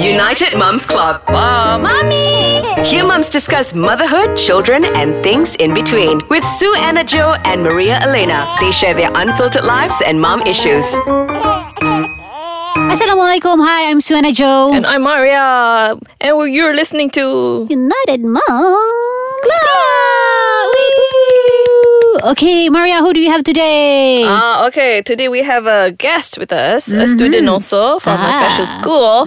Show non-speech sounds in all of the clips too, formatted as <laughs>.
United Mums Club. Mommy! Here, mums discuss motherhood, children, and things in between with Sue Anna Joe and Maria Elena. They share their unfiltered lives and mom issues. Assalamualaikum. Hi, I'm Suena Joe. And I'm Maria. And we- you're listening to. United Moms. Woo! Okay, Maria, who do you have today? Ah, okay. Today we have a guest with us, a student also from a special Mm-hmm. Ah. school.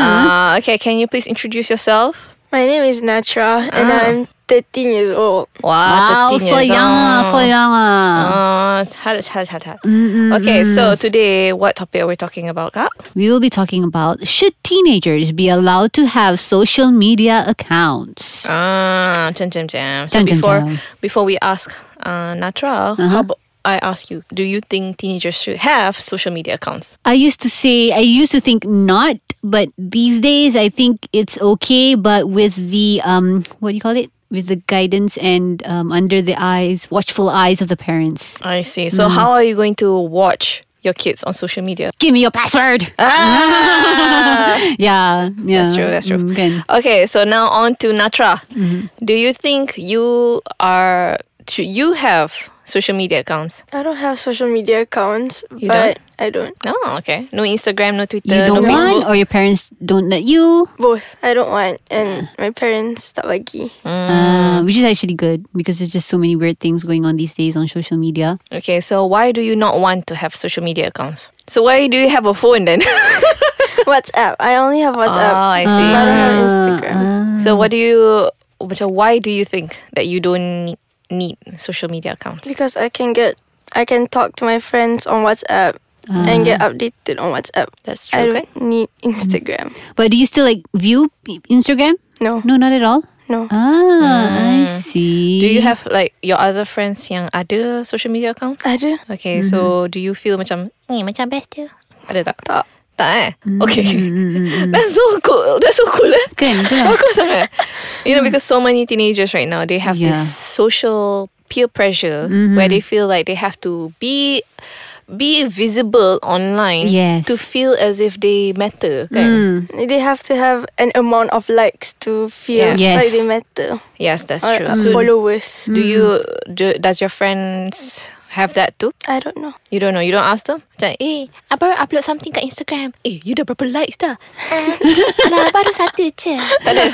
Ah, okay, can you please introduce yourself? My name is Natra and Ah. I'm 13 years old. wow, 13 so years young, ah, old. so young. ah. Ah, chat, chat, chat, chat. Mm-hmm, Okay, so today what topic are we talking about? Kak? We will be talking about should teenagers be allowed to have social media accounts? Ah, jam, jam, jam. So Jam, jam, before jam. before we ask uh, Natra, Uh-huh. how about I ask you, do you think teenagers should have social media accounts? I used to say, I used to think not, but these days I think it's okay. But with the um, what do you call it? With the guidance and um, under the eyes, watchful eyes of the parents. I see. Mm. So how are you going to watch your kids on social media? Give me your password. <laughs> yeah, yeah. Ah. That's true. That's true. Mm, Can Okay, so now on to Natra. Do you think you are should you have social media accounts? I don't have social media accounts, You but I don't. No, okay. No Instagram, no Twitter, you don't no Facebook. want, or your parents don't let you, Both. I don't want and my parents tak bagi. Mm. uh, which is actually good because there's just so many weird things going on these days on social media. Okay, so why do you not want to have social media accounts? So why do you have a phone then? <laughs> <laughs> WhatsApp. I only have oh, WhatsApp. I but Ah, I don't see. Ah. have Instagram. so what do you so why do you think that you don't need social media accounts? because I can get I can talk to my friends on WhatsApp and get updated on WhatsApp. That's I Ah. true. Okay? don't need Instagram. But do you still like view p- Instagram? No. No, not at all. No. Ah, I see. Mm. Do you have like your other friends yang ada social media accounts? Ada. Okay, so do you feel macam ni macam best dia? Ada tak? Tak. Tak eh? Okay. <laughs> Mm. That's so cool. That's so cool eh? Kan, <laughs> kan. Bagus sangat. You know, because so many teenagers right now, they have Mm. Yeah. Mm-hmm. this social peer pressure where they feel like they have to be be visible online Yes. Mm. to feel as if they matter kan? They have to have an amount of likes to feel Yeah. like Yes. they matter. Yes, that's Or true. uh, So followers. do you Mm. do, does your friends have that too? I don't know. You don't know. You don't ask them. Macam, eh, abang upload something kat Instagram. Eh, you dah berapa likes <laughs> dah? Alah, baru satu je. Tak ada.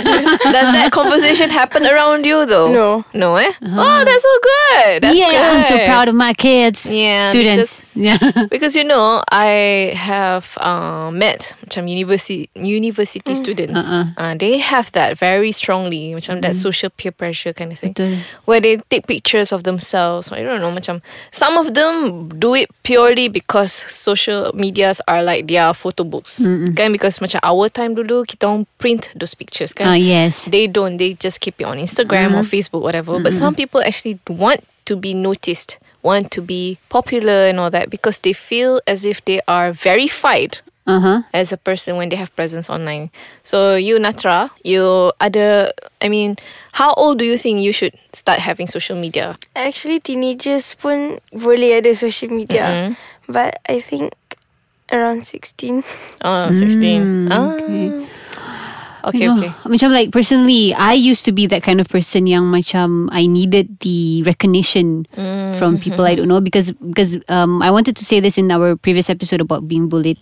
<laughs> Does that conversation happen around you though? No. No eh? Oh, that's so good. That's Uh-huh. yeah, good. I'm so proud of my kids. Yeah, students. <laughs> Yeah. <laughs> Because you know, I have uh, met macam university university students. Uh-uh. Hmm. Uh, they have that very strongly, macam that social peer pressure kind of thing, Betul. where they take pictures of themselves. I don't know, macam some of them do it purely because social medias are like their photo books, kan? Because macam our time dulu kita orang print those pictures, Ah, kan? yes. They don't. They just keep it on Instagram Mm-hmm. or Facebook, whatever. But some people actually want to be noticed, want to be popular and all that because they feel as if they are verified Uh huh. as a person when they have presence online. So you, Natra, you other. I mean, how old do you think you should start having social media? Actually teenagers pun boleh ada social media. But I think around 16. Oh, 16. Ah. Okay, Mm, You know, okay. Macam like personally, I used to be that kind of person yang macam I needed the recognition from Mm-hmm. people I don't know because because um I wanted to say this in our previous episode about being bullied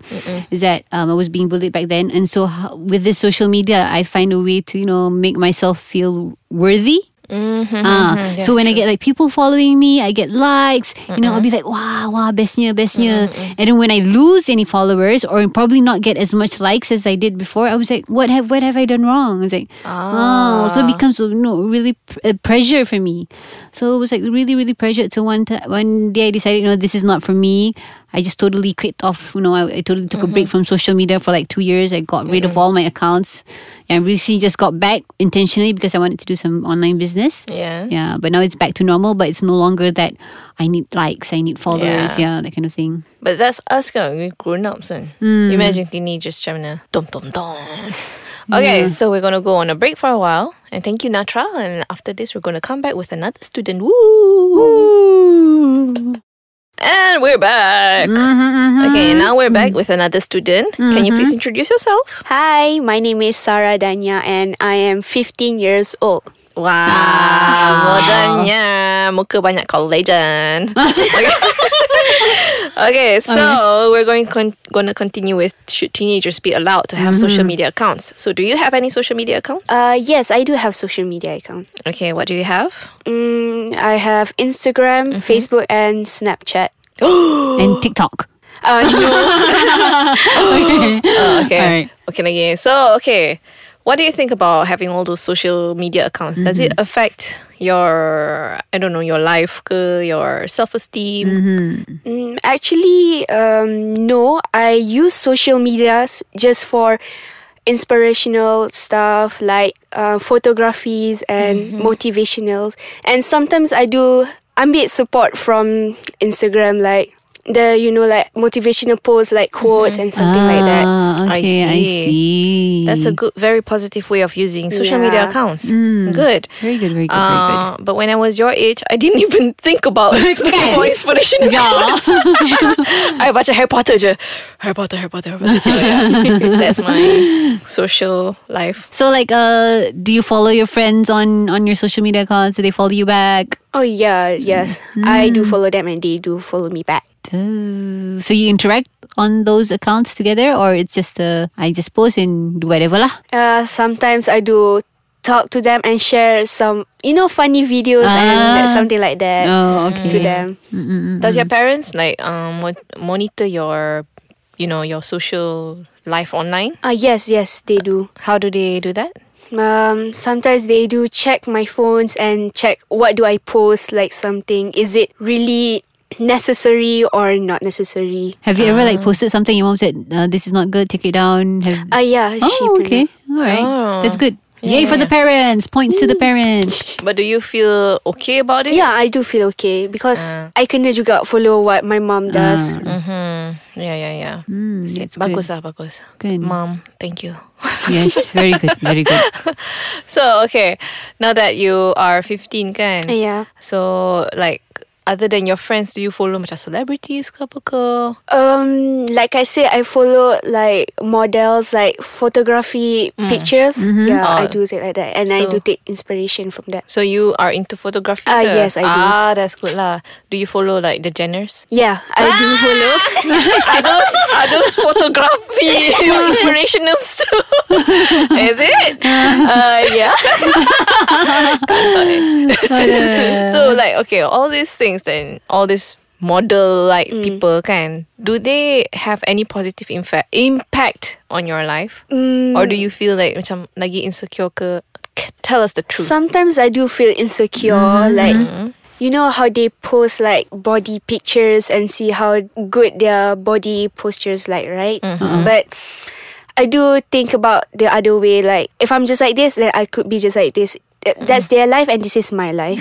is that um I was being bullied back then and so how, with this social media I find a way to you know make myself feel worthy. Ah, so when I get like people following me, I get likes. You know, I'll be like, wow, wow, bestnya, bestnya. And then when I lose any followers or probably not get as much likes as I did before, I was like, what have what have I done wrong? I was like, oh, so it becomes you know, really pr- uh, pressure for me. So it was like really, really pressured. So one ti- one day I decided, you know, this is not for me. I just totally quit off. You know, I, I totally took a break from social media for like two years. I got rid of all my accounts, and recently just got back intentionally because I wanted to do some online business. Yeah. Yeah, but now it's back to normal, but it's no longer that I need likes, I need followers, yeah, that kind of thing. But that's us kan We're grown ups kan Imagine teenagers macam mana Dum dum dum Okay so we're gonna go on a break for a while And thank you Natra And after this we're gonna come back with another student Woo And we're back. Okay, now we're back with another student. Can you please introduce yourself? <laughs> Hi, my name is Sarah Danya and I am 15 years old. Wow, modernnya. Muka banyak collagen. okay. okay, so we're going con- gonna continue with should teenagers be allowed to have social media accounts? So, do you have any social media accounts? Uh, yes, I do have social media account. okay, what do you have? Mm, I have Instagram, Facebook, and Snapchat. and TikTok. <laughs> Uh, no. Oh, okay. Alright. Okay, lagi. So, okay. What do you think about having all those social media accounts? Does it affect your, I don't know, your life ke, your self-esteem? Mm, Actually, um, no. I use social media s- just for inspirational stuff like uh, photographies and Mm-hmm. motivationals. And sometimes I do ambil support from Instagram, like the you know like motivational posts, like quotes and something like that. Mm-hmm. Ah, I okay, I see. see. That's a good, very positive way of using social Yeah. media accounts. Good. Very good, very good, very good. Uh, but when I was your age, I didn't even <laughs> think about looking for inspiration. Yeah. <laughs> I watch Harry Potter. Je. Harry Potter, Harry Potter, Harry Potter. That's my social life. So like uh do you follow your friends on on your social media accounts? Do they follow you back? Oh yeah, yes. I Mm. do follow them and they do follow me back. Uh, So you interact on those accounts together or it's just uh I just post and do whatever lah. Uh, sometimes I do talk to them and share some, you know, funny videos and Ah. that- something like that Oh, to okay. them. Does your parents like um mon- monitor your, you know, your social life online? Uh, yes, yes, they do. How do they do that? Um, sometimes they do check my phones and check what do I post, like something. Is it really necessary or not necessary? Have you ever like posted something your mom said uh, this is not good, take it down? Have Uh, yeah, she Oh, okay. pretty- All right. That's good. Yay for the parents. Points to the <laughs> parents. But do you feel okay about it? Yeah, I do feel okay because I kena juga follow what my mom Ah. does. Hmm. Yeah, yeah, yeah. Mm, Si- that's bagus good. Mm. lah, bagus. Good. Mom, thank you. <laughs> Yes, very good, very good. So okay, now that you are 15 kan? Yeah. So like other than your friends, do you follow macam celebrities ke apa ke? Um, like I said, I follow like models, like photography Mm. pictures. Mm-hmm. Yeah, Oh. I do take like that, and I So- do take inspiration from that. So you are into photography? Ah, ke? yes, I do. Ah, that's good lah. Do you follow like the Jenners? Yeah, I do follow. are those are those photography inspirationals too? Is it? Uh, yeah. so like okay, all these things then all this model like people can do they have any positive impact impact on your life or do you feel like macam lagi insecure ke? K- Tell us the truth. Sometimes I do feel insecure, like. You know how they post like body pictures and see how good their body postures like, right? But I do think about the other way, like if I'm just like this, then I could be just like this. Th- That's their life and this is my life.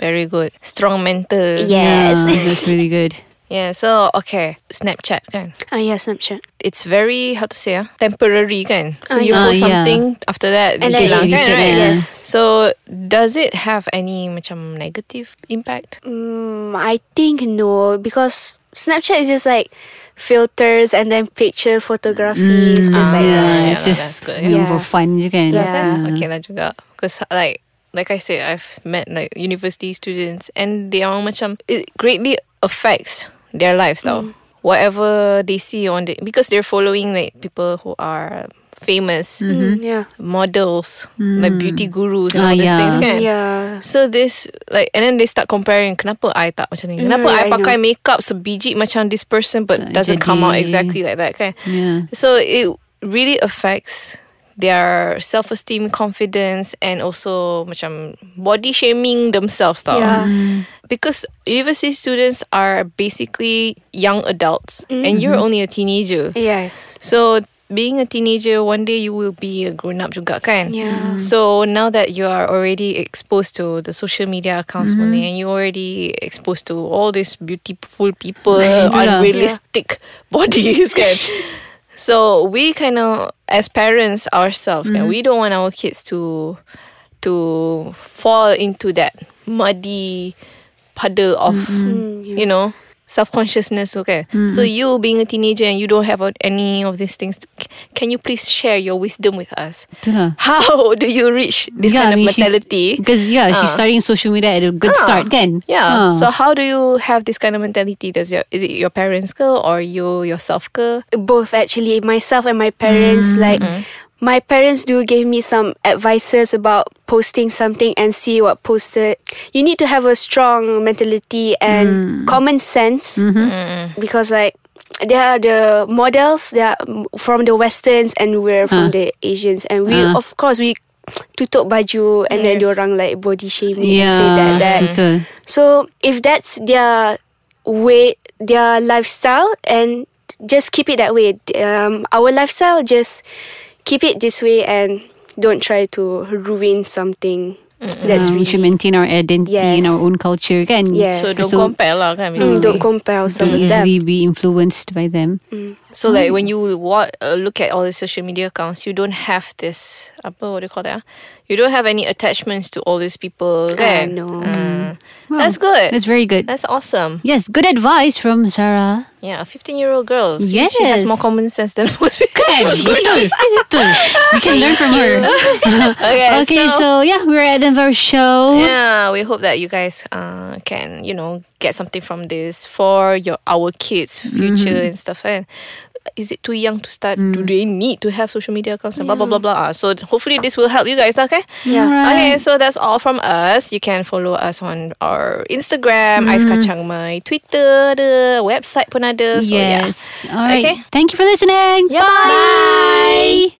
Very good. Strong mental. Yes. Ah, that's really good. Yeah, so okay, Snapchat kan. Ah, yeah, Snapchat. it's very how to say ah temporary kan. So Ah, you yeah. post Ah, yeah. something after that And dia like, hilang deleted, kan, right? yeah. yes. So does it have any macam negative impact? Mm, I think no, because Snapchat is just like filters and then picture photographies, just like yeah, that. Uh, it's Ah, yeah, that's just good, you know, yeah. for fun, you can. uh, Yeah. Kan? Okay lah juga. Because like like I said, I've met like university students and they are macam it greatly affects their lives Mm. though. Whatever they see on the because they're following like people who are famous Mm, yeah. models, like beauty gurus and Ah, all these yeah. things kan. Yeah. So this like and then they start comparing kenapa I tak macam ni. Kenapa Yeah, I I pakai makeup sebiji macam this person but Tak doesn't come out jadi. Hmm. exactly like that kan. Yeah. So it really affects their self-esteem, confidence and also macam body shaming themselves tau. Hmm. Yeah. Because university students are basically young adults and you're only a teenager. Yes. So being a teenager, one day you will be a grown up juga kan? Yeah. So now that you are already exposed to the social media accounts only, and you already exposed to all these beautiful people, Itulah. unrealistic bodies <laughs> kan? So we kind of as parents ourselves, kan, we don't want our kids to to fall into that muddy pada of you know self consciousness okay so you being a teenager and you don't have uh, any of these things c- can you please share your wisdom with us <laughs> Itulah. how do you reach this uh, I kind of mean, she's- mentality Because yeah, she's Ah. starting social media at a good Ah, start kan. Ah. Yeah. So how do you have this kind of mentality? Does your is it your parents ke or you yourself ke? both actually myself and my parents like my parents do give me some advices about posting something and see what posted you need to have a strong mentality and common sense because like they are the models they are mm, from the westerns and we're from the asians and we Ah. of course we tutup baju and then orang like body shaming and say that yeah, that betul. so if that's their way, their lifestyle, and just keep it that way. Um, our lifestyle, just keep it this way, and don't try to ruin something. That's Ah, we really should maintain our identity and our Yes. own culture kan. Yes. So don't So- compare lah kan Mm, basically. don't compare ourselves with them. Easily be influenced by them. Mm. So like when you wa- uh, look at all the social media accounts, you don't have this apa what do you call that? ah? You don't have any attachments to all these people. Ah, kan? no. Mm. Wow, That's good. That's very good. That's awesome. yes, good advice from Sarah. Yeah, a 15 year old girl. See, She has Yes. more common sense than <laughs> most people. Kan? Betul. Betul. We can learn from her. Okay, Okay, so, yeah, we're at the end of our show. yeah we hope that you guys uh, can you know get something from this for your our kids future and stuff and is it too young to start do they need to have social media accounts and blah blah blah blah Ah, so hopefully this will help you guys okay Yeah. okay so that's all from us you can follow us on our instagram ice kacang my twitter the website pun ada so yeah yes. All right. Okay. Thank you for listening. Yeah, bye. Bye.